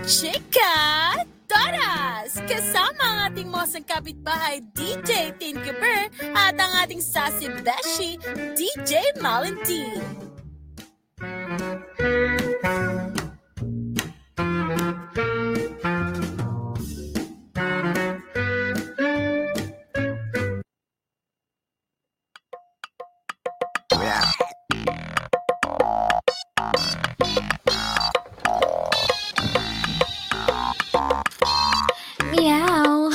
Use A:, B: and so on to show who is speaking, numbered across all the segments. A: Chika Toras! Kasama ang ating mga sangkapitbahay DJ Tinky Bird at ang ating sassy beshi DJ Malentine.
B: Meow.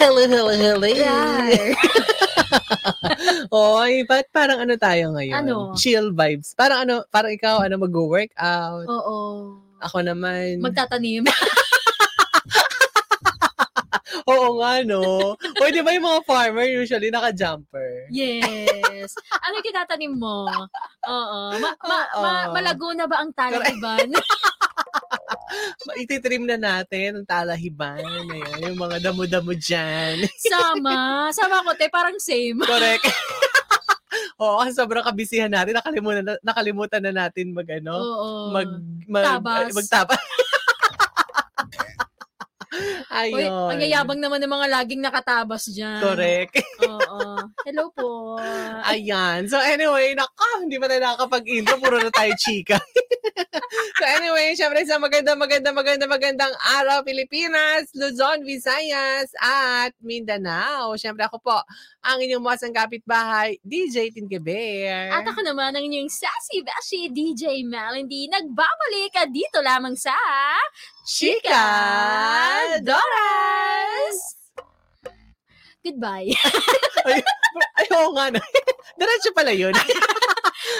C: Hello, hello, hello.
B: Yar.
C: Oy, ba't parang ano tayo ngayon?
B: Ano?
C: Chill vibes. Parang ano, parang ikaw, ano, mag-workout.
B: Oo. Oh.
C: Ako naman.
B: Magtatanim.
C: Oo nga, no? o, di ba yung mga farmer usually naka-jumper?
B: Yes. ano yung tinatanim mo? Oo. Ma- ma-
C: Oo.
B: ma- malago na ba ang Taliban?
C: Ititrim na natin ang talahiban. Ayun, yung mga damo-damo dyan.
B: Sama. Sama ko, te. Parang same.
C: Correct. Oo, kasi sobrang kabisihan natin. Nakalimutan na, nakalimutan na natin mag, ano,
B: Oo.
C: mag, mag, eh,
B: Tabas.
C: magtapa.
B: Uy,
C: Ayun.
B: ang yayabang naman ng mga laging nakatabas dyan.
C: Correct.
B: Oo. Hello po.
C: Ayan. So anyway, naka, hindi pa tayo nakakapag-intro. Puro na tayo chika. so anyway, syempre sa maganda, maganda, maganda, magandang araw, Pilipinas, Luzon, Visayas, at Mindanao. Syempre ako po, ang inyong masang kapitbahay, DJ Tinkebear.
B: At ako naman ang inyong sassy bashi DJ Melody. Nagbabalik ka dito lamang sa
C: Chika
B: Doras! Goodbye.
C: Ay, oo nga na. Diretso pala yun.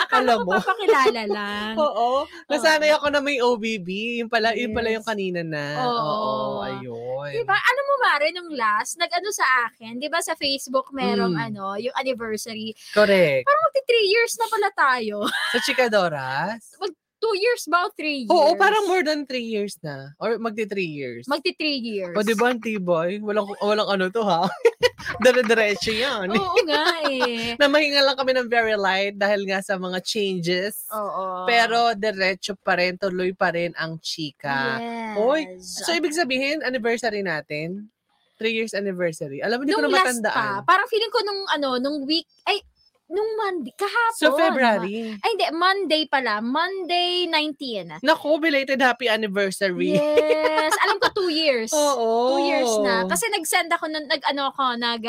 B: Akala
C: Alam
B: ko
C: mo.
B: papakilala lang.
C: Oo. Nasanay ako na may OBB. Yung pala, yun pala yung
B: Yes.
C: kanina na.
B: Oo.
C: ayun.
B: Diba? Alam mo, Mare, nung last, nag-ano sa akin, diba sa Facebook merong
C: Mm.
B: ano, yung anniversary.
C: Correct.
B: Parang magti three years na pala tayo.
C: Sa Chikadoras,
B: Two years ba o three years?
C: Oo, parang more than three years na. Or magti three years.
B: Magti three years.
C: o, diba? di ba, T-boy? Walang, walang ano to, ha? Dire-diretso yan.
B: Oo nga eh.
C: Namahinga lang kami ng very light dahil nga sa mga changes.
B: Oo.
C: Pero diretso pa rin, tuloy pa rin ang chika.
B: yes.
C: Hoy, So, ibig sabihin, anniversary natin? Three years anniversary. Alam mo, hindi ko
B: nung
C: na
B: last
C: matandaan.
B: pa, parang feeling ko nung ano, nung week, ay, nung Monday, kahapon.
C: So, February.
B: Ay, hindi, Monday pala. Monday 19.
C: Naku, belated happy anniversary.
B: Yes. Alam ko, two years.
C: Oo.
B: Two years
C: Oh.
B: na. Kasi nag-send ako nun, nag-ano ako, nag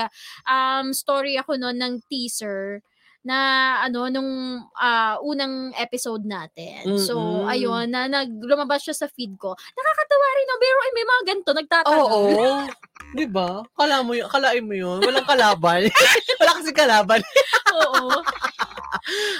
B: um, story ako nun ng teaser na ano nung ah, unang episode natin. So
C: Mm-mm.
B: ayun na naglumabas siya sa feed ko. Nakakatawa rin no, pero ay, may mga ganito nagtatanong.
C: Oo. Di ba? Kala mo yun, kalain mo yun. Walang kalaban. Wala kasi kalaban.
B: Oo.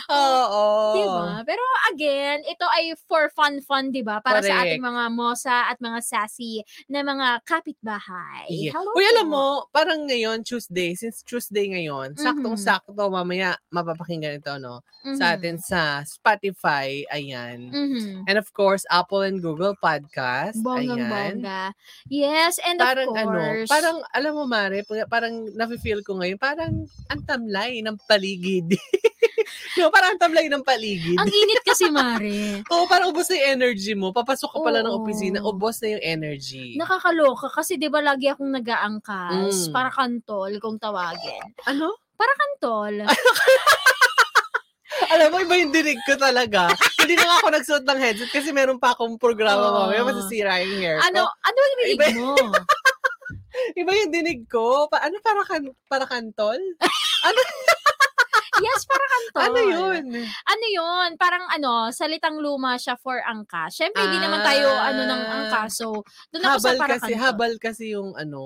B: Oh,
C: Oo.
B: Diba? Pero again, ito ay for fun fun, 'di ba? Para sa
C: Correct.
B: ating mga mosa at mga sassy na mga kapitbahay.
C: Yeah.
B: Hello.
C: Uy, alam
B: po.
C: mo, parang ngayon, Tuesday, since Tuesday ngayon,
B: Mm-hmm.
C: saktong-sakto, mamaya mapapakinggan ito, no? Sa
B: Mhm.
C: atin sa Spotify, ayan.
B: Mhm.
C: And of course, Apple and Google Podcast,
B: Bonggang
C: ayan.
B: bongga. Yes, and
C: Parang
B: of
C: ano,
B: course.
C: parang alam mo Mare, pa- parang nafe-feel ko ngayon, parang ang tamlay ng paligid. no, parang ang tamlay ng paligid.
B: ang init kasi Mare.
C: Oo, parang ubos na yung energy mo. Papasok ka pala ng
B: Oo.
C: opisina, ubos na yung energy.
B: Nakakaloka kasi 'di ba lagi akong nagaangkas
C: Mm.
B: para kantol kung tawagin.
C: ano?
B: Kantol.
C: Alam mo, iba yung dinig ko talaga. Hindi na nga ako nagsuot ng headset kasi meron pa akong programa
B: Oo.
C: mamaya masisira yung hair
B: ano,
C: ko.
B: ano ang rinig
C: Iba-
B: mo?
C: Iba yung dinig ko. Pa- ano, para, kan- para kantol?
B: Yes, para kantol.
C: Ano yun?
B: Ano 'yun? Parang ano, salitang luma siya for angkas. Syempre hindi naman tayo ano ng
C: Ah.
B: angkas. So, doon Ano ako
C: Habal
B: sa para
C: kasi,
B: kantol.
C: habal kasi yung ano.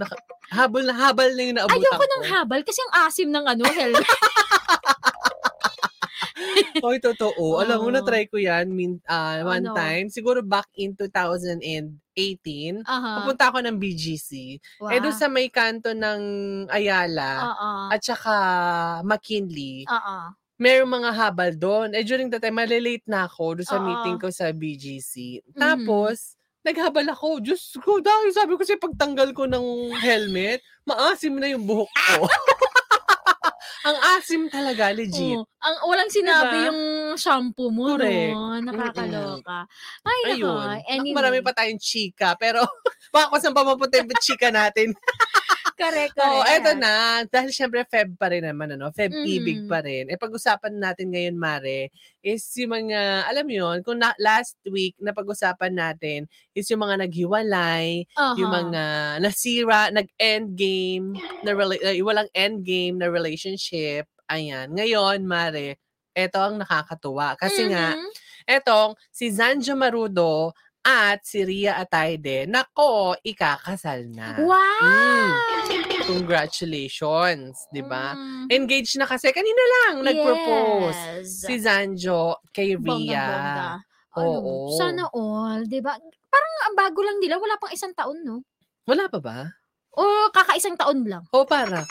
C: Naka- habal na habal na yung naabutan
B: Ayoko
C: ko.
B: ng habal kasi ang asim ng ano, helmet.
C: Oy, totoo. Alam mo,
B: Oo.
C: na-try ko yan min, ah, one
B: Ano?
C: time. Siguro back in 2018,
B: Aha.
C: pupunta ako ng BGC.
B: Wow.
C: Eh, doon sa may kanto ng Ayala
B: Oo.
C: at saka McKinley,
B: Oo.
C: merong mga habal doon. Eh, during that time, malilate na ako doon sa
B: Oo.
C: meeting ko sa BGC.
B: Mhm.
C: Tapos, naghabal ako. Diyos ko, dahil sabi
B: Ah!
C: ko kasi pagtanggal ko ng helmet, maasim na yung buhok ko. Ang asim talaga, legit.
B: Oo. Oh, ang walang sinabi
C: Diba?
B: yung shampoo mo,
C: Correct.
B: no? Nakakaloka. Ay, nako.
C: Ayun.
B: Anyway.
C: Marami pa tayong chika, pero baka kung saan pa mapunta yung chika natin.
B: Correct,
C: Oo,
B: correct.
C: eto na. Dahil syempre Feb pa rin naman, ano? Feb
B: Mm.
C: ibig pa rin. E pag-usapan natin ngayon, Mare, is yung mga, alam mo yun, kung na, last week na pag-usapan natin is yung mga naghiwalay,
B: Aha.
C: yung mga nasira, nag-end game, na rela- eh, walang end game na relationship. Ayan. Ngayon, Mare, eto ang nakakatuwa. Kasi nga,
B: Mhm.
C: etong si Zanjo Marudo at si Ria Atayde, nako, ikakasal na.
B: Wow!
C: ah, Mm. Congratulations, di ba?
B: Mm.
C: Engaged na kasi. Kanina lang nag-propose
B: Yes.
C: si Zanjo kay Ria.
B: Bonggang-bongga. Ano,
C: Oo.
B: Sana all, di ba? Parang ang bago lang nila, wala pang isang taon, no?
C: Wala pa ba?
B: O kakaisang taon lang.
C: O para.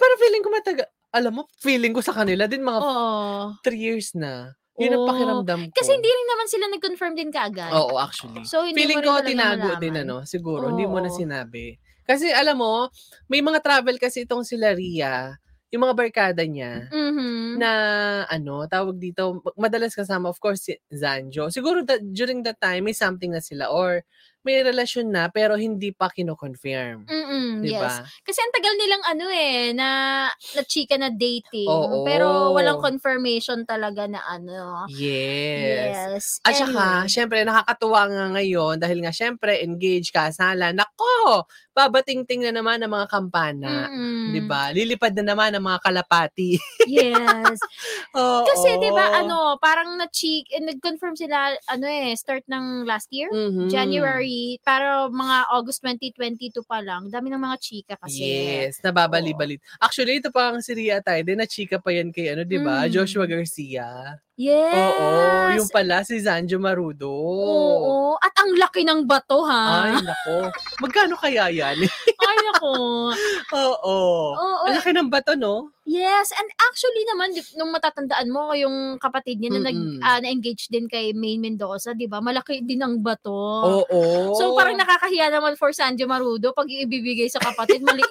C: para feeling ko mataga. Alam mo, feeling ko sa kanila din
B: Oh.
C: mga
B: Oo.
C: three years na. Yun ang
B: Oo.
C: pakiramdam ko.
B: Oh. Kasi hindi rin naman sila nag-confirm din kaagad.
C: Oo, actually.
B: So, hindi mo
C: Feeling
B: rin
C: ko
B: talaga
C: tinago din
B: malaman.
C: ano, siguro. Hindi mo na
B: Oo.
C: sinabi. Kasi alam mo, may mga travel kasi itong sila Ria, yung mga barkada niya,
B: Mhm.
C: na ano, tawag dito, ma- madalas kasama of course si Zanjo. Siguro that, during that time, may something na sila or may relasyon na pero hindi pa kino-confirm.
B: Mm-mm,
C: Di
B: Mm, yes.
C: ba?
B: Kasi ang tagal nilang ano eh, na, na chika na dating.
C: Oo.
B: Pero walang confirmation talaga na ano.
C: Yes.
B: Yes.
C: At saka, syempre, nakakatuwa nga ngayon dahil nga syempre, engaged, kasalan. Nako! Babatingting na naman ng mga kampana.
B: mm
C: 'di ba? Lilipad na naman ang mga kalapati.
B: Yes.
C: Oo.
B: Kasi 'di ba ano, parang na cheek nag-confirm sila ano eh, start ng last year,
C: Mhm.
B: January, pero mga August 2022 pa lang. Dami ng mga chika kasi.
C: Yes, nababali-balit. Actually, ito pa ang si Ria Taide, na chika pa yan kay ano, 'di ba?
B: Mm.
C: Joshua Garcia.
B: Yes.
C: Oo, yung pala si Zanjo Marudo.
B: Oo. At ang laki ng bato ha.
C: Ay, nako. Magkano kaya yan?
B: Ay nako.
C: Oo.
B: Oo.
C: Ang laki ng bato, no?
B: Yes, and actually naman di- nung matatandaan mo yung kapatid niya na nag
C: Mm-mm.
B: ah, na-engage din kay Maine Mendoza, 'di ba? Malaki din ang bato.
C: Oo.
B: So parang nakakahiya naman for Sanjo Marudo pag ibibigay sa kapatid maliit.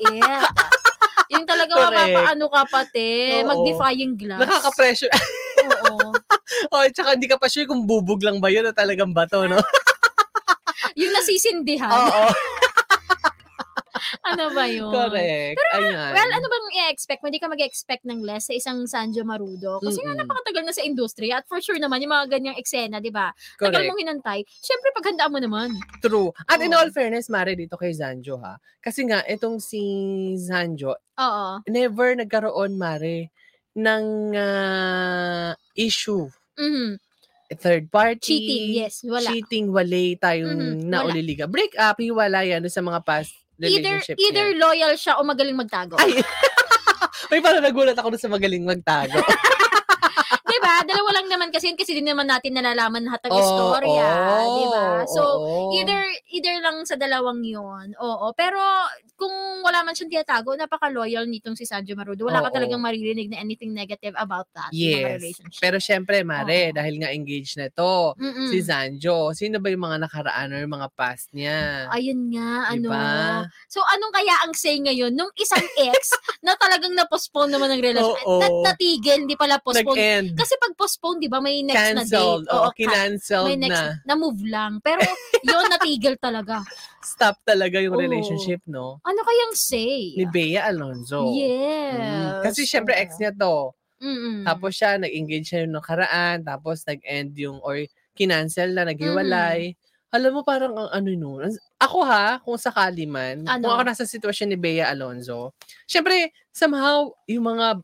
B: yung talaga
C: Correct.
B: mapapaano ka pati,
C: Oo.
B: mag-defying glass.
C: Nakaka-pressure.
B: Oo.
C: oh, tsaka hindi ka pa sure kung bubog lang ba yun o talagang bato, no?
B: Yung nasisindihan.
C: Oo.
B: ano ba yun?
C: Correct. Ayan.
B: Well, ano bang i-expect? mo? Hindi ka mag-expect ng less sa isang Sanjo Marudo. Kasi nga
C: Mm-mm.
B: napakatagal na sa industriya at for sure naman yung mga ganyang eksena, di ba? Tagal
C: Correct.
B: mong hinantay. Siyempre, paghandaan mo naman.
C: True. At in
B: Oo.
C: all fairness, Mare, dito kay Zanjo ha. Kasi nga, itong si Zanjo,
B: Oo.
C: never nagkaroon, Mare, ng ah, issue.
B: Mhm.
C: Third party.
B: Cheating, yes. Wala.
C: Cheating, wale tayong
B: Mhm,
C: nauliliga. Break up, hiwalay, ano sa mga past
B: Either
C: relationship
B: either
C: niya.
B: loyal siya o magaling magtago.
C: Ay! Ay, parang nagulat ako dun sa magaling magtago.
B: 'Di ba? Diba? Dalawa lang naman kasi yun, kasi din naman natin nalalaman lahat ng
C: Oo,
B: istorya, ah, 'di ba? So
C: oo.
B: either either lang sa dalawang 'yon. Oo, pero kung wala man siyang tinatago, napaka-loyal nitong si Sanjo Marudo. Wala
C: Oo.
B: ka talagang maririnig na anything negative about that
C: Yes.
B: mga relationship.
C: Pero syempre, Mare,
B: Oo. Mm.
C: dahil nga engaged na to,
B: Mm-mm.
C: si Zanjo, sino ba yung mga nakaraan or yung mga past niya?
B: Ayun nga, ano.
C: Diba?
B: So, anong kaya ang say ngayon nung isang ex na talagang na-postpone naman ang relasyon?
C: Oo.
B: At natigil, hindi pala postpone.
C: Nag-end.
B: Kasi pag postpone, di ba, may next na
C: Cancelled.
B: date. Oo,
C: Oo,
B: ca-
C: kinanceled
B: may next,
C: na.
B: na. move lang. Pero yun, natigil talaga.
C: Stop talaga yung
B: Oo.
C: relationship, no?
B: Ano kayang say?
C: Ni Bea Alonzo.
B: Yes. Mm.
C: Mm. Kasi syempre ex niya to.
B: Mm-mm.
C: Tapos siya, nag-engage siya yung nakaraan. Tapos nag-end yung, or kinancel na, naghiwalay.
B: Mm.
C: Alam mo, parang ang ano nun. ang- Ako ha, kung sakali man,
B: Ano?
C: kung ako nasa sitwasyon ni Bea Alonzo, syempre, somehow, yung mga,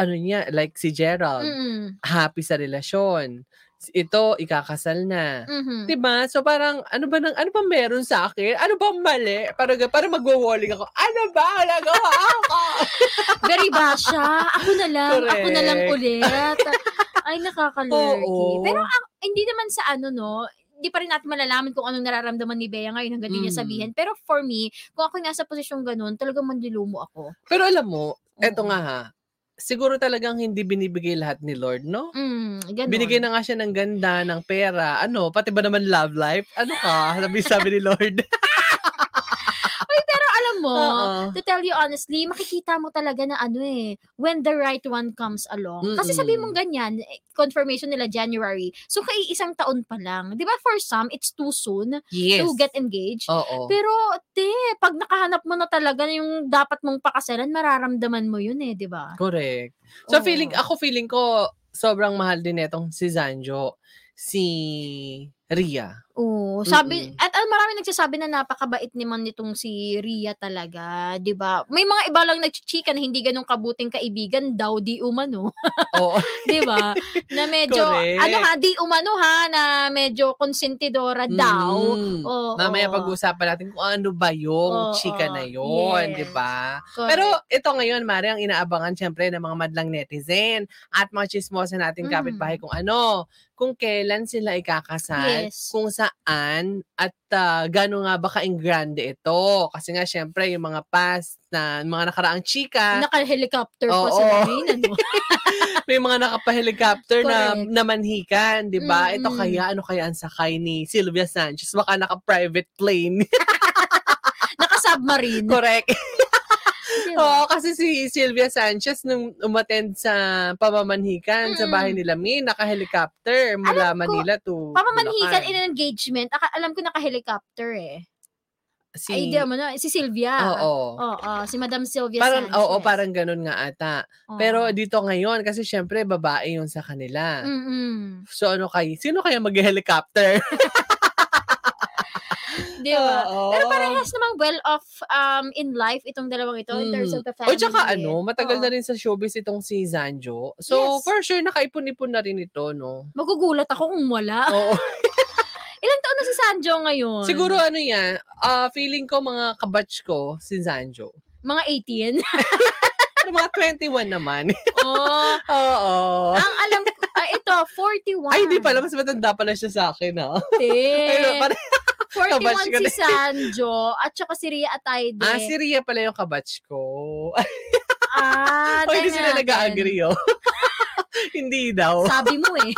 C: ano niya, like si Gerald,
B: Mm-mm.
C: happy sa relasyon. Ito, ikakasal na.
B: Mhm.
C: Diba? So parang ano ba nang ano ba meron sa akin? Ano ba ang mali? Parang parang magwo-walling ako. Ano ba ang nagawa ako?
B: Very basha. Ako na lang. Ako na lang
C: Correct.
B: ulit. Ay, nakakalurky.
C: Oo.
B: Pero ang- hindi naman sa ano, no? Hindi pa rin natin malalaman kung anong nararamdaman ni Bea ngayon hanggang hindi niya
C: Mm.
B: sabihin. Pero for me, kung ako nasa posisyong ganun, talagang mandilumo ako.
C: Pero alam mo, eto
B: Oo.
C: nga ha. Siguro talagang hindi binibigay lahat ni Lord, no?
B: Mm, ganun.
C: Binigay na nga siya ng ganda, ng pera, ano, pati ba naman love life? Ano ka? Sabi sabi ni Lord.
B: Pero alam alam mo,
C: Oo.
B: to tell you honestly, makikita mo talaga na ano eh, when the right one comes along. Kasi
C: Mm-mm.
B: sabi mong ganyan, eh, confirmation nila January. So, kay isang taon pa lang. Di ba for some, it's too soon
C: Yes.
B: to get engaged.
C: Oo.
B: Pero, te, pag nakahanap mo na talaga na yung dapat mong pakasalan, mararamdaman mo yun eh, di ba?
C: Correct. So
B: Oo.
C: feeling, ako feeling ko, sobrang mahal din etong si Zanjo, si Ria.
B: Oo, sabi
C: Mm-mm.
B: at, at marami nagsasabi na napakabait naman nitong si Ria talaga, 'di ba? May mga iba lang nagchichika na hindi ganun kabuting kaibigan daw di umano,
C: Oo.
B: 'di ba? Na medyo
C: Correct.
B: ano ha, di umano ha na medyo konsentidora daw.
C: Mm.
B: Oo,
C: Mamaya
B: oo.
C: pag-uusapan natin kung ano ba yung
B: Oo,
C: chika na
B: oo.
C: yon, di
B: Yes.
C: ba?
B: Correct.
C: Pero ito ngayon, Mari, ang inaabangan syempre ng mga madlang netizen at mga chismosa natin
B: Mm.
C: kapitbahay kung ano, kung kailan sila ikakasal,
B: Yes.
C: kung saan, at uh, gano'n nga ba ka-ingrande ito. Kasi nga syempre, yung mga past na mga nakaraang chika,
B: naka-helicopter pa
C: ah, Oo.
B: sa Marina, no?
C: may mga nakapa-helicopter na,
B: Correct.
C: na manhikan, di ba? Ito
B: Mm-mm.
C: kaya, ano kaya ang sakay ni Sylvia Sanchez? Baka naka-private plane.
B: Naka-submarine.
C: Correct.
B: di ba?
C: Oo, kasi si Sylvia Sanchez nung umattend sa pamamanhikan sa
B: Mm-mm.
C: bahay nila May, naka-helicopter mula
B: Mm. Alam ko,
C: Manila to
B: Pamamanhikan in
C: Bulacan.
B: an engagement. Aka- alam ko naka-helicopter eh.
C: si,
B: Ay, di mo na. Si Sylvia.
C: Oo.
B: Oo, si Madam Sylvia
C: Parang,
B: Sanchez.
C: oo, parang ganun nga ata.
B: Oo.
C: Pero dito ngayon, kasi syempre babae yun sa
B: Mm.
C: kanila.
B: Mm-mm.
C: So ano kay, sino kaya mag-helicopter?
B: Di ba? Diba?
C: Oo.
B: Pero parehas namang well-off um, in life itong dalawang ito in terms
C: Mm.
B: of the
C: O
B: family.
C: tsaka ano, matagal
B: Oo.
C: na rin sa showbiz itong si Zanjo. So
B: Yes.
C: for sure, nakaipon-ipon na rin ito, no?
B: Magugulat ako kung wala.
C: Oo.
B: Ilang taon na si Sanjo ngayon?
C: Siguro ano yan, ah, feeling ko mga kabatch ko si Zanjo.
B: Mga 18.
C: Pero mga 21 naman.
B: Oo.
C: Oo.
B: Ang alam ko, Oh. ah, ito, 41.
C: Ay, di pala. Mas matanda pala siya sa akin, ah. Ano, ha? Ay, no,
B: Te.
C: pare- kabatch
B: 41
C: ko
B: si
C: na-
B: Sanjo at saka si Ria Atayde.
C: ah, si Rhea pala yung kabatch ko.
B: Ah,
C: Ay, Oh, hindi
B: tingnan
C: sila
B: natin.
C: nag-agree, oh. hindi daw.
B: Sabi mo eh.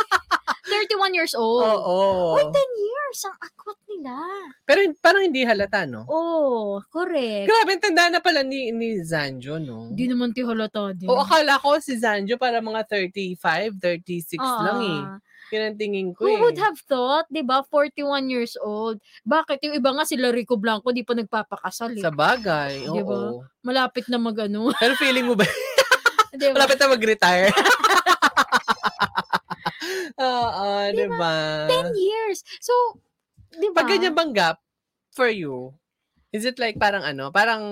B: 31 years
C: Oo.
B: old.
C: oh.
B: 10 years. Ang akwat nila.
C: Pero parang hindi halata, no?
B: Oo, oh, correct.
C: Grabe, ang tanda na pala ni, ni Zanjo, no?
B: Hindi naman ti halata din.
C: O, akala ko si Zanjo para mga 35, 36
B: Ah,
C: lang, eh. Yun ang tingin
B: Who
C: ko, eh.
B: would have thought, di ba, 41 years old. Bakit? Yung iba nga sila Rico Blanco, di pa nagpapakasal. Eh.
C: Sa bagay,
B: Di ba?
C: oo.
B: Malapit na mag-ano.
C: Pero feeling mo ba,
B: di ba?
C: malapit na mag-retire? Oo, di ba?
B: 10 years. So, di ba?
C: Pag ganyan bang gap, for you, is it like parang ano, parang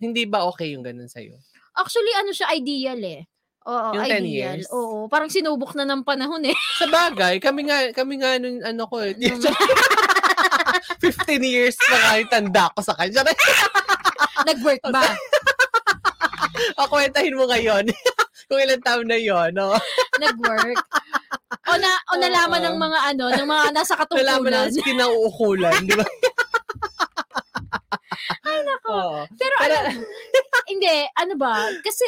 C: hindi ba okay yung ganun sa'yo?
B: Actually, ano siya, ideal eh. Oo,
C: Yung 10
B: ideal.
C: years?
B: Oo, parang sinubok na ng panahon eh.
C: Sa bagay, kami nga, kami nga nun, ano ko, eh,
B: Nung-
C: 15 years pa nga yung tanda ko sa kanya.
B: Nag-work ba?
C: Pakwentahin "Oh, mo ngayon. kung ilang taon na yon, no?
B: Nag-work? O, na, o nalaman
C: Oo.
B: ng mga ano, ng mga nasa
C: Wala mo
B: katungkulan.
C: lang kinauukulan, di ba? Ay, nako.
B: Pero
C: Pero-
B: ano, hindi, ano ba? Kasi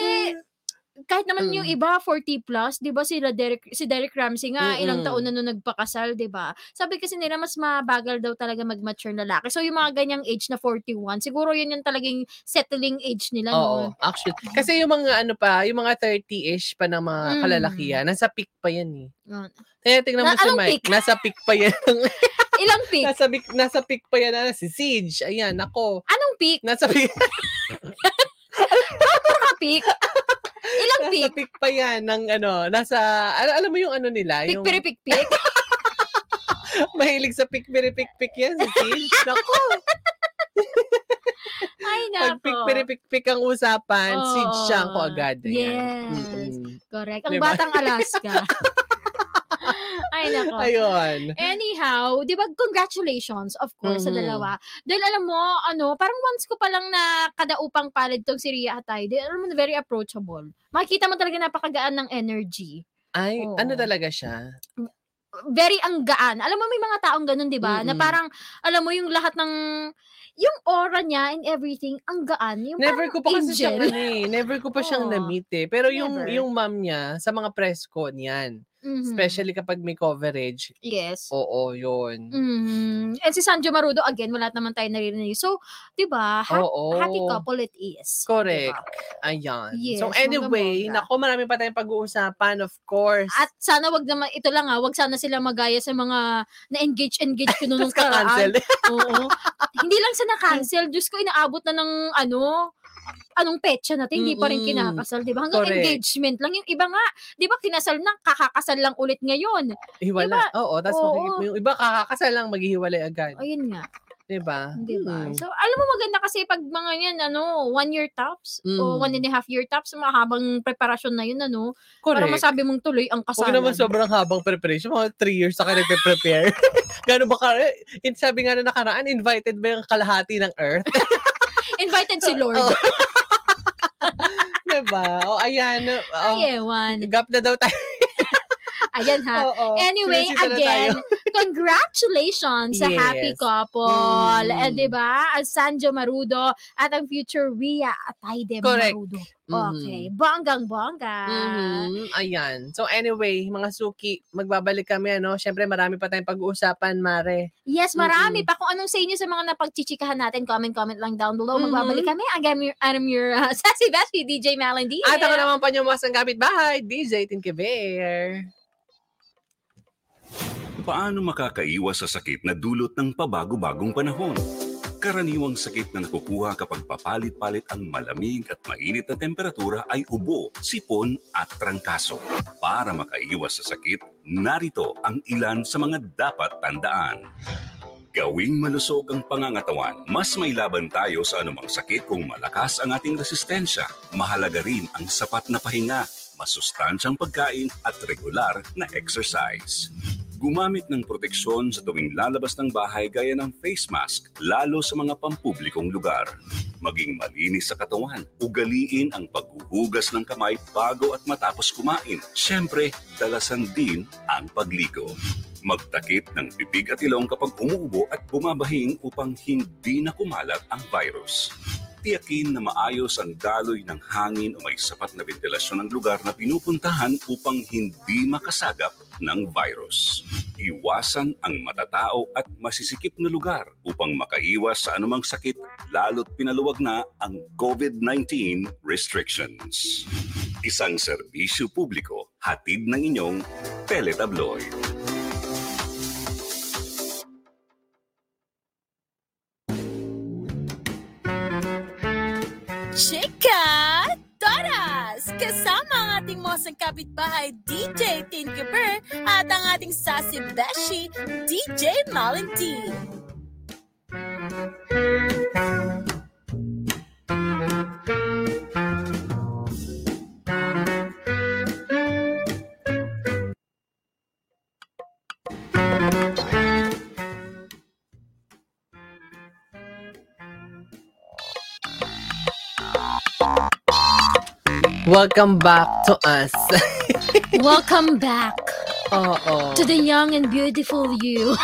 B: kahit naman
C: Mm.
B: yung iba 40 plus, 'di ba sila Derek si Derek Ramsey nga ilang
C: Mm-mm.
B: taon na nung nagpakasal, 'di ba? Sabi kasi nila mas mabagal daw talaga mag-mature na lalaki. So yung mga ganyang age na 41, siguro yun yung talagang settling age nila no.
C: Oo, actually. Kasi yung mga ano pa, yung mga 30-ish pa ng mga
B: Mm.
C: kalalakihan, nasa peak pa yan eh.
B: Yun.
C: Kaya tingnan mo
B: Na-
C: si
B: anong
C: Mike,
B: peak?
C: nasa peak pa yan.
B: Ilang peak?
C: nasa, peak, nasa peak pa yan na si Siege. Ayan, ako.
B: Anong peak?
C: Nasa peak,
B: Pura peak. Ilang
C: nasa
B: peak?
C: peak pa yan ng ano, nasa, al- alam mo yung ano nila,
B: Peak
C: yung
B: piri peak peak.
C: mahilig sa peak, piri, peak, peak yan, si Siege. Nako,
B: Ay
C: pag peak, piri,
B: nako.
C: peak, peak ang usapan,
B: Oo.
C: Siege siya ako agad. Ayan.
B: Yes.
C: Mm-mm.
B: Correct. Ang
C: Diba?
B: batang Alaska. Ay nako.
C: Ayun.
B: Anyhow, di ba, congratulations, of course,
C: Mhm.
B: sa dalawa. Dahil alam mo, ano, parang once ko palang na kadaupang palad tong si Ria Atay, di, alam mo, very approachable. Makikita mo talaga napakagaan ng energy.
C: Ay,
B: Oo.
C: ano talaga siya?
B: Very ang gaan. Alam mo, may mga taong ganun, di ba? Na
C: Mm-mm.
B: parang, alam mo, yung lahat ng, yung aura niya and everything, ang gaan. Yung
C: Never
B: parang
C: ko pa kasi siyang
B: angel.
C: ano eh. Never ko pa siyang
B: Oo.
C: na-meet eh. Pero yung
B: Never.
C: yung mom niya sa mga press con yan.
B: Mhm.
C: Especially Oh. kapag may coverage.
B: Yes.
C: Oo, yun.
B: Mhm. And si Sanjo Marudo, again, wala naman tayo naririnig. So, di ba, ha-
C: Oo.
B: happy couple it is.
C: Correct.
B: Diba?
C: Ayan.
B: Yes,
C: so anyway,
B: mga bongga.
C: nako marami pa tayong pag-uusapan, of course.
B: At sana wag naman, ito lang ha, wag sana sila magaya sa mga na-engage-engage ko noon nung
C: Tapos ka-cancel.
B: karaan. Oo. Hindi lang sa na-cancel, Diyos ko, inaabot na ng ano, anong petsa natin, hindi pa rin
C: Mm-mm.
B: kinakasal, di ba? Hanggang
C: Correct.
B: engagement lang. Yung iba nga, di ba kinasal na, kakakasal lang ulit ngayon.
C: Hiwala. Oo, tapos
B: Oo.
C: makikita mo yung iba kakakasal lang, maghihiwalay agad.
B: Ayun nga,
C: Di ba?
B: di ba?
C: Hmm.
B: So, alam mo maganda kasi pag mga yan, ano, one year tops, o
C: Mm.
B: one and a half year tops, mahabang preparasyon na yun, ano, para
C: Correct.
B: masabi mong tuloy ang
C: Huwag
B: kasalan.
C: naman sobrang habang preparation. Mga three years na ka nagpe-prepare. Gano'n ba ka? eh, Sabi nga na nakaraan, invited ba yung kalahati ng earth?
B: Invited si Lord.
C: Oo. diba? O ayan. Oh,
B: Ay, ewan.
C: Gap na daw tayo.
B: Ayan ha. Ah,
C: Oo.
B: Anyway,
C: Sinisita na tayo.
B: again, congratulations sa happy
C: Yes.
B: couple.
C: Mm.
B: Eh, di ba? Ang Sanjo Marudo at ang future Rhea Atayde
C: Correct.
B: Marudo.
C: Mhm.
B: Okay. Bonggang-bongga.
C: Mhm, Ayan. So anyway, mga suki, magbabalik kami ano. Siyempre marami pa tayong pag-uusapan, Mare.
B: Yes, marami pa. Kung anong sa inyo sa mga napagchichikahan natin, comment-comment lang down below.
C: Mhm.
B: Magbabalik kami. Again, I'm your, I'm your uh, sassy bestie, DJ Melody.
C: At ako naman pa niyo ang kapit bahay, DJ Tinkebear.
D: Paano makakaiwas sa sakit na dulot ng pabago-bagong panahon? Karaniwang sakit na nakukuha kapag papalit-palit ang malamig at mainit na temperatura ay ubo, sipon at trangkaso. Para makaiwas sa sakit, narito ang ilan sa mga dapat tandaan. Gawing malusog ang pangangatawan, mas may laban tayo sa anumang sakit kung malakas ang ating resistensya. Mahalaga rin ang sapat na pahinga, masustansyang pagkain at regular na exercise. Gumamit ng proteksyon sa tuwing lalabas ng bahay gaya ng face mask, lalo sa mga pampublikong lugar. Maging malinis sa katawan, ugaliin ang paghuhugas ng kamay bago at matapos kumain. Siyempre, dalasan din ang pagligo. Magtakip ng bibig at ilong kapag umuubo at bumabahing upang hindi na kumalat ang virus. Tiyakin na maayos ang daloy ng hangin o may sapat na ventilasyon ng lugar na pinupuntahan upang hindi makasagap ng virus. Iwasan ang matatao at masisikip na lugar upang makaiwas sa anumang sakit lalo't pinaluwag na ang COVID-19 restrictions. Isang serbisyo publiko hatid ng inyong Teletabloid.
A: Chika Toras! Kasama ang ating mosang kapitbahay DJ Tinkerbird at ang ating sassy beshi DJ Malin D.
C: Welcome back to us.
B: Welcome back
C: Oo.
B: to the young and beautiful you.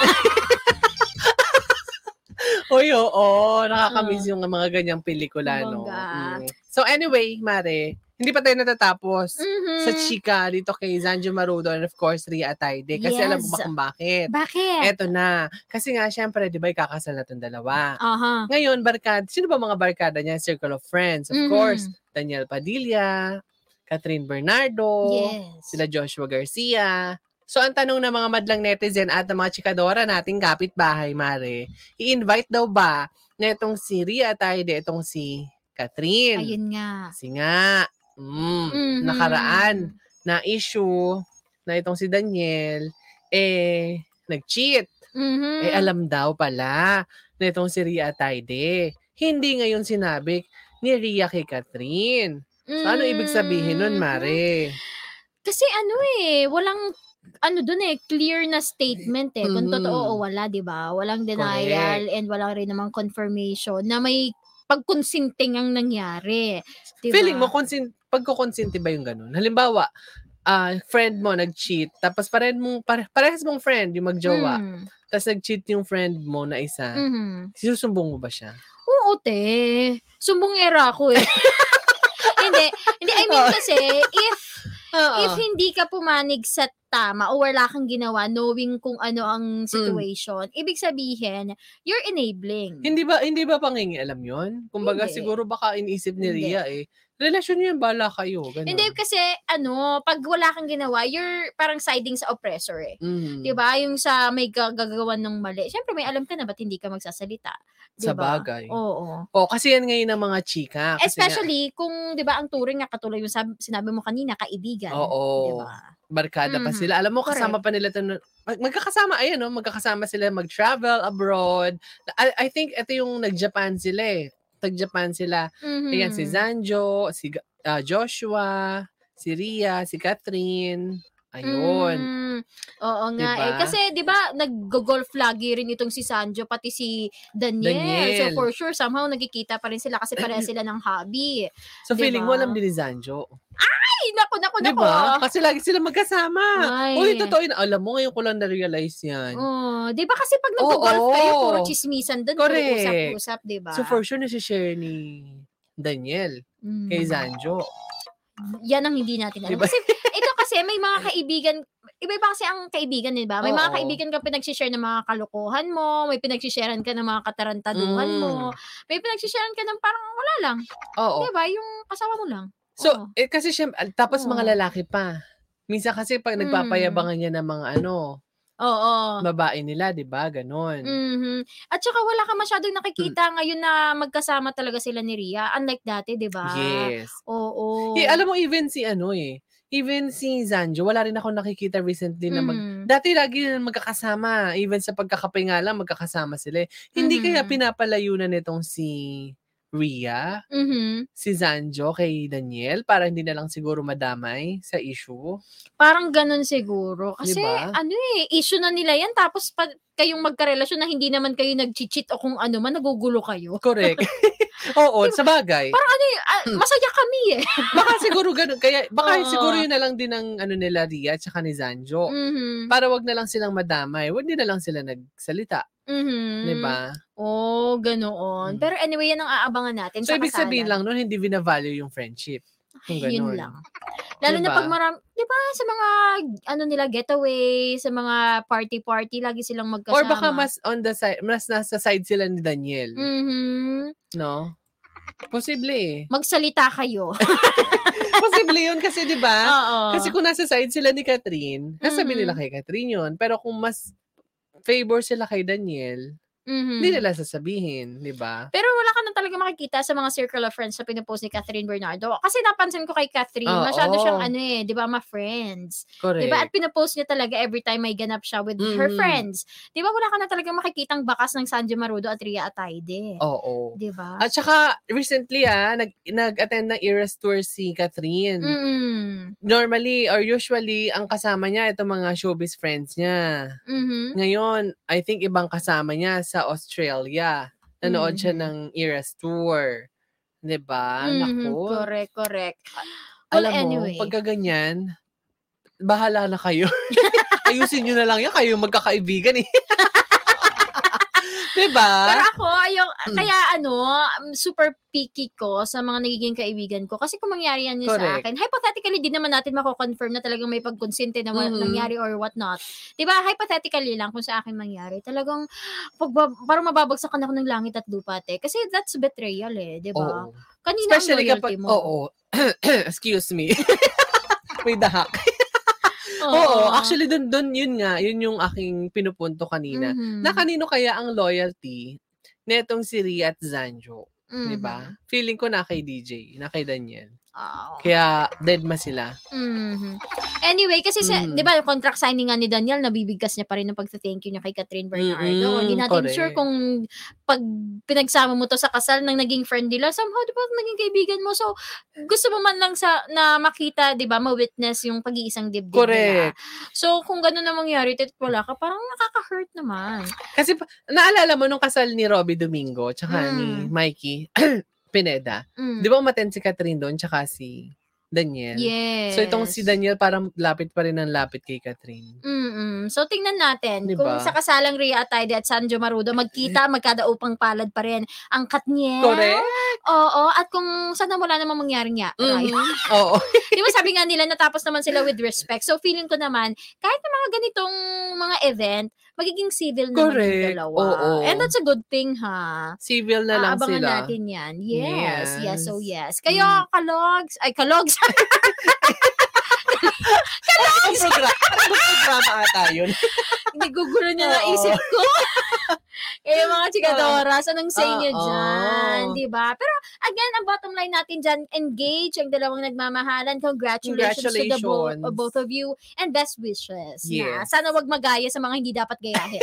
C: Uy, oo. Nakakamiss yung mga ganyang pelikula,
B: Ah.
C: no?
B: Bongga.
C: Mm. So anyway, Mare, hindi pa tayo natatapos
B: Mhm.
C: sa chika dito kay Zanjo Marudo and of course Ria Ataide. Kasi alam mo ba
B: Yes.
C: kung bakit?
B: Bakit?
C: Eto na. Kasi nga, syempre, di ba, ikakasal na itong dalawa.
B: Aha.
C: Ngayon, barkada, sino ba mga barkada niya? Circle of Friends, of
B: Mhm.
C: course. Daniel Padilla, Catherine Bernardo,
B: Yes.
C: sila Joshua Garcia. So, ang tanong ng mga madlang netizen at ng mga chikadora nating kapitbahay, Mare, i-invite daw ba na itong si Ria tayo de itong si Catherine?
B: Ayun nga.
C: Kasi nga, mm,
B: Mhm.
C: nakaraan na issue na itong si Daniel, eh, nag-cheat.
B: Mhm.
C: Eh, alam daw pala na itong si Ria Taide. Hindi ngayon sinabi ni Ria kay Catherine. So, ano ibig sabihin
B: Mm.
C: nun, Mare?
B: Kasi ano eh, walang ano dun eh, clear na statement eh, kung
C: Mhm.
B: totoo o wala, di ba? Walang denial and wala rin namang confirmation na may pagkonsinting ang nangyari. Di ba?
C: Feeling mo, konsin- pagkukonsinti ba yung ganun? Halimbawa, ah, friend mo nag-cheat, tapos pare mong, pare- parehas mong friend yung magjowa,
B: Mm.
C: tapos nag-cheat yung friend mo na isa,
B: Mhm.
C: susumbong mo ba siya?
B: Oo, te. Sumbong era ako eh. hindi. Hindi, I mean kasi, if
C: Oo.
B: If hindi ka pumanig sa tama o wala kang ginawa knowing kung ano
C: Mm.
B: ang situation, ibig sabihin, you're enabling.
C: Hindi ba hindi ba pangingialam 'yon?
B: Mm.
C: Kumbaga
B: Hindi.
C: siguro baka iniisip ni
B: Hindi.
C: Ria eh. Relasyon niyo 'yan bala kayo, ganun.
B: Hindi kasi ano, pag wala kang ginawa, you're parang siding sa oppressor eh.
C: Mm.
B: 'Di ba? Yung sa may gagagawan ng mali. Siyempre may alam ka na ba't hindi ka magsasalita. 'Di
C: Sa
B: ba?
C: bagay.
B: Oo.
C: O, kasi yan ngayon ng mga chika. Kasi nga-
B: Especially kung 'di ba ang turing nga katulad yung sab- sinabi mo kanina, kaibigan. diba?
C: Oo.
B: 'Di ba?
C: barkada pa
B: Mhm.
C: sila. Alam mo, kasama pa nila ito. nun- mag- Magkakasama, ayan, no? magkakasama sila mag-travel abroad. I, I think ito yung nag-Japan sila eh. Tag-Japan sila. Ayan,
B: Mhm.
C: si Zanjo, si Ga- ah, Joshua, si Ria, si Catherine. Ayun.
B: Mm, oo nga eh.
C: Diba?
B: Kasi 'di ba nag-golf lagi rin itong si Sanjo pati si Daniel. So
C: Daniel.
B: for sure somehow nagkikita pa rin sila kasi pareha sila ng hobby.
C: So feeling mo,
B: Diba?
C: alam din ni Zanjo.
B: Ay, nako nako
C: Di
B: nako.
C: ba? Kasi lagi sila magkasama.
B: ah. Ay.
C: Diba? Uy, totoo yun. Alam mo, ngayon ko lang na-realize yan.
B: Oh, 'di ba kasi pag nag-golf kayo
C: Oo.
B: puro chismisan doon, puro
C: Correct.
B: usap-usap, 'di ba?
C: So for sure, nasi-share ni Daniel
B: Mm.
C: kay Zanjo.
B: Yan ang hindi natin alam.
C: Diba?
B: Kasi ito kasi may mga kaibigan, iba iba kasi ang kaibigan, di ba? May mga
C: Oo.
B: kaibigan ka pinag-share ng mga kalokohan mo, may pinag-sharean ka ng mga katarantaduhan
C: Mm.
B: mo,
C: Oh.
B: may pinag-sharean ka ng parang wala lang,
C: Oo.
B: di ba? Yung kasawa mo lang. Oo.
C: So, eh, kasi siya,
B: Oo.
C: tapos mga lalaki pa. Minsan kasi pag
B: Mm.
C: nagpapayabangan niya ng mga ano,
B: Oo.
C: babae nila, di ba? Ganon.
B: Mhm. At saka wala ka masyadong nakikita
C: Mm.
B: ngayon na magkasama talaga sila ni Ria, unlike dati, di ba?
C: Yes.
B: Oo.
C: Eh, alam mo, even si ano eh, even si Zanjo, wala rin ako nakikita recently na mag...
B: Mhm.
C: Dati lagi na magkakasama. Even sa pagkakape nga lang, magkakasama sila. eh. Hindi kaya
B: Mhm.
C: pinapalayunan itong si Ria,
B: Mhm.
C: si Zanjo kay Daniel para hindi na lang siguro madamay sa issue.
B: Parang ganun siguro. Kasi
C: Diba?
B: ano eh, issue na nila yan. Tapos pa, kayong magkarelasyon na hindi naman kayo nag-cheat o kung ano man, nagugulo kayo.
C: Correct. Oo, sa bagay.
B: Eh, ah,
C: Hmm.
B: masaya kami eh.
C: Baka siguro ganun. Kaya, baka
B: Oo.
C: siguro yun na lang din ang ano nila Ria at ni Zanjo.
B: Mhm.
C: Para wag na lang silang madamay. Wag din na lang sila nagsalita.
B: Mhm.
C: di ba?
B: Oo, oh, ganoon.
C: Mm.
B: Pero anyway, yan ang aabangan natin.
C: So,
B: sa
C: ibig sabihin
B: kasalan.
C: lang nun, hindi binavalue yung friendship. Kung
B: Ay, Yun
C: ganun.
B: lang. Lalo na
C: Diba?
B: pag marami, di ba, sa mga, ano nila, getaway, sa mga party-party, lagi silang magkasama.
C: Or baka mas on the side, mas nasa side sila ni Daniel.
B: Mhm.
C: No? Posible eh.
B: Magsalita kayo.
C: Posible yun kasi, di ba?
B: Oo.
C: Kasi kung nasa side sila ni Catherine, nasabi
B: Mhm.
C: nila kay Catherine yun. Pero kung mas favor sila kay Daniel,
B: Mhm.
C: hindi nila sasabihin, di ba?
B: Pero wala ka na talaga makikita sa mga circle of friends na pinupost ni Catherine Bernardo. Kasi napansin ko kay Catherine,
C: Ah, Oo.
B: masyado siyang ano eh, di ba, ma-friends.
C: Correct.
B: Di ba? At pinupost niya talaga every time may ganap siya with her
C: Mm.
B: friends. Di ba, wala ka na talaga makikitang bakas ng Sanjo Marudo at Ria
C: Oh,
B: Ataide.
C: Oo.
B: Di ba?
C: At saka, recently ah, nag, nag-attend ng Eras Tour si
B: Mm.
C: Catherine.
B: Mm-mm.
C: Normally, or usually, ang kasama niya, itong mga showbiz friends niya.
B: Mhm.
C: Ngayon, I think ibang kasama niya sa Australia. Nanood siya
B: Mhm.
C: ng Eras Tour. 'Di ba?
B: Mhm.
C: Ah, Naku.
B: Correct, correct. Well,
C: Alam
B: anyway.
C: mo, pagka ganyan, bahala na kayo. Ayusin niyo na lang yan. Kayo yung magkakaibigan eh. 'Di ba?
B: Pero ako, ayaw,
C: Ah? Mm.
B: kaya ano, um, super picky ko sa mga nagiging kaibigan ko. Kasi kung mangyari yan yun sa
C: Correct.
B: akin, hypothetically, di naman natin mako-confirm na talagang may pagkonsente na wa-
C: Mhm.
B: nangyari or what not. Diba, hypothetically lang kung sa akin mangyari, talagang pagba- parang mababagsakan ako ng langit at lupa, te. Kasi that's betrayal eh, diba?
C: Oo.
B: Kanina
C: Especially
B: ang loyalty
C: kapag,
B: mo.
C: oo. Excuse me. May dahak. Oo, actually dun, dun yun nga, yun yung aking pinupunto kanina.
B: Mhm.
C: Na kanino kaya ang loyalty netong si Ria at Zanjo,
B: Mhm.
C: 'di ba? Feeling ko na kay DJ, na kay Daniel.
B: Oo.
C: Kaya dead ma sila.
B: Mhm. Anyway, kasi sa,
C: Mhm.
B: 'di ba, yung contract signing nga ni Daniel, nabibigkas niya pa rin ng pagta-thank you niya kay Catherine Bernardo.
C: Mhm,
B: Hindi natin
C: correct.
B: sure kung pag pinagsama mo to sa kasal ng naging friend nila, somehow 'di ba naging kaibigan mo. So, gusto mo man lang sa na makita, 'di ba, ma-witness yung pag-iisang dibdib nila.
C: Correct.
B: So, kung gano'n na mangyari, tit wala ka, parang nakaka-hurt naman.
C: Kasi pa- naalala mo nung kasal ni Robbie Domingo tsaka ni
B: Mm.
C: Mikey Pineda.
B: Mm.
C: Diba? 'Di ba umaten si Catherine doon tsaka si Daniel.
B: Yes.
C: So itong si Daniel parang lapit pa rin ng lapit kay Catherine.
B: Mm-mm. So, tingnan natin.
C: Diba?
B: Kung sa kasalang Rhea Atayde at Sanjo Marudo, magkita, magkadaupang palad pa rin. Ang katniel.
C: Correct?
B: Oo. At kung sana wala namang mangyaring niya.
C: Mhm. Oo.
B: Di ba sabi nga nila, natapos naman sila with respect. So, feeling ko naman, kahit na mga ganitong mga event, magiging civil naman
C: Correct.
B: yung dalawa.
C: Oo.
B: And that's a good thing, ha?
C: Civil na lang
B: Aabangan
C: sila.
B: natin yan. Yes. Yes, so yes. Kayo,
C: Mm.
B: kalogs. Ay, kalogs.
C: Ang programa, programa ata yun.
B: Nigugulo niya na
C: Oo.
B: isip ko. eh, mga chigadoras, anong sa inyo
C: Oo.
B: dyan? Di ba? Pero, again, ang bottom line natin dyan, engage ang dalawang nagmamahalan. Congratulations, to the bo- uh,
C: Congratulations.
B: both of you and best wishes. Na.
C: Yes.
B: Sana wag magaya sa mga hindi dapat gayahin.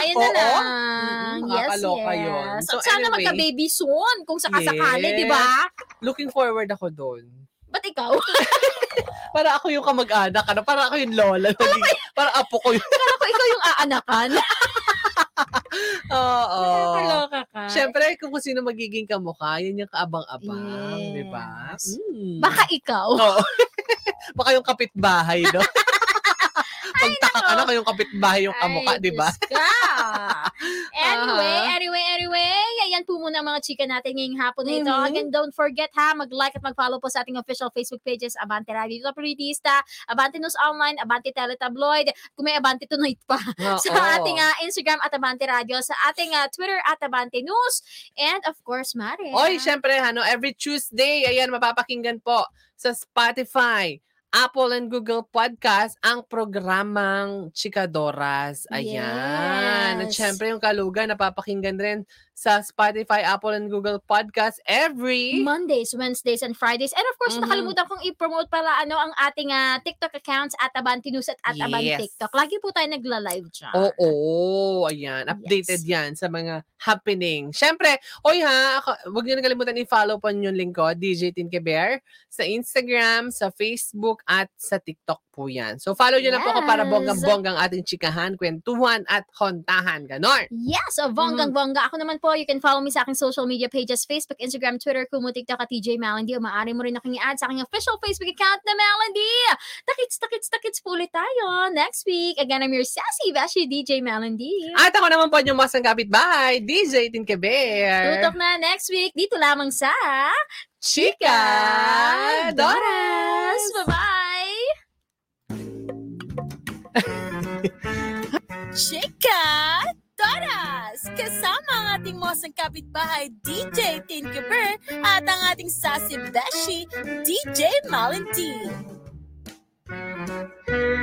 B: Ayun na
C: Oo.
B: lang.
C: Mm,
B: yes,
C: nakakaloka
B: yes.
C: yun.
B: So,
C: So,
B: Sana
C: anyway.
B: magka-baby soon kung sakasakali, di ba?
C: Looking forward ako doon.
B: Ba't ikaw?
C: Para ako yung kamag-anak, ano? para ako yung lola. para apo ko yun.
B: Ako, ikaw yung aanakan.
C: Oo.
B: Nakakaloka ka.
C: Siyempre, kung sino magiging kamukha, yan yung kaabang-abang,
B: Yes.
C: di ba? Mm.
B: Baka ikaw.
C: Oo. Baka yung kapitbahay, no? Pagtaka ka na kayong kapitbahay yung kamukha,
B: Ay,
C: di ba?
B: Diyos ka. anyway,
C: Aha.
B: anyway, anyway, ayan po muna ang mga chika natin ngayong hapon na ito.
C: Mhm.
B: Again, don't forget ha, mag-like at mag-follow po sa ating official Facebook pages, Abante Radio Dito Periodista, Abante News Online, Abante Teletabloid, kung may Abante Tonight pa sa
C: Oo.
B: ating ah, Instagram at Abante Radio, sa ating ah, Twitter at Abante News, and of course, Mare.
C: Oy, syempre, ano, every Tuesday, ayan, mapapakinggan po sa Spotify, Apple and Google Podcast ang programang Chikadoras. Ayan. At
B: Yes.
C: syempre, yung kalugan, napapakinggan rin sa Spotify, Apple and Google Podcast every...
B: Mondays, Wednesdays, and Fridays. And of course,
C: Mhm.
B: nakalimutan kong i-promote pala ano ang ating ah, TikTok accounts at Abanti News at, at Abanti
C: Yes.
B: TikTok. Lagi po tayo nagla-live dyan.
C: Oo, ayan.
B: Ah,
C: Updated yan sa mga happening. Siyempre, oy ha, ako- huwag niyo nakalimutan i-follow po yung link ko, DJ Tinke Bear, sa Instagram, sa Facebook, at sa TikTok po yan. So, follow niyo na po ako para
B: Yes.
C: bonggang-bonggang ating chikahan, kwentuhan, at hontahan. Ganon.
B: Yes, so bonggang-bongga. Ako naman po, you can follow me sa aking social media pages, Facebook, Instagram, Twitter, Kumu, TikTok, at TJ Malandi. O maaari mo rin akong i-add sa aking official Facebook account na Malandi. Takits, takits, takits po ulit tayo next week. Again, I'm your sassy, bashy DJ Malandi.
C: At ako naman po yung masang kapitbahay, DJ Tinke Bear.
B: Tutok na next week dito lamang sa
C: Chika
B: Doras. Bye-bye!
A: Chika Toras! Kasama ang ating mosang kapitbahay DJ Tinker Burr at ang ating sassy beshi DJ Malin T.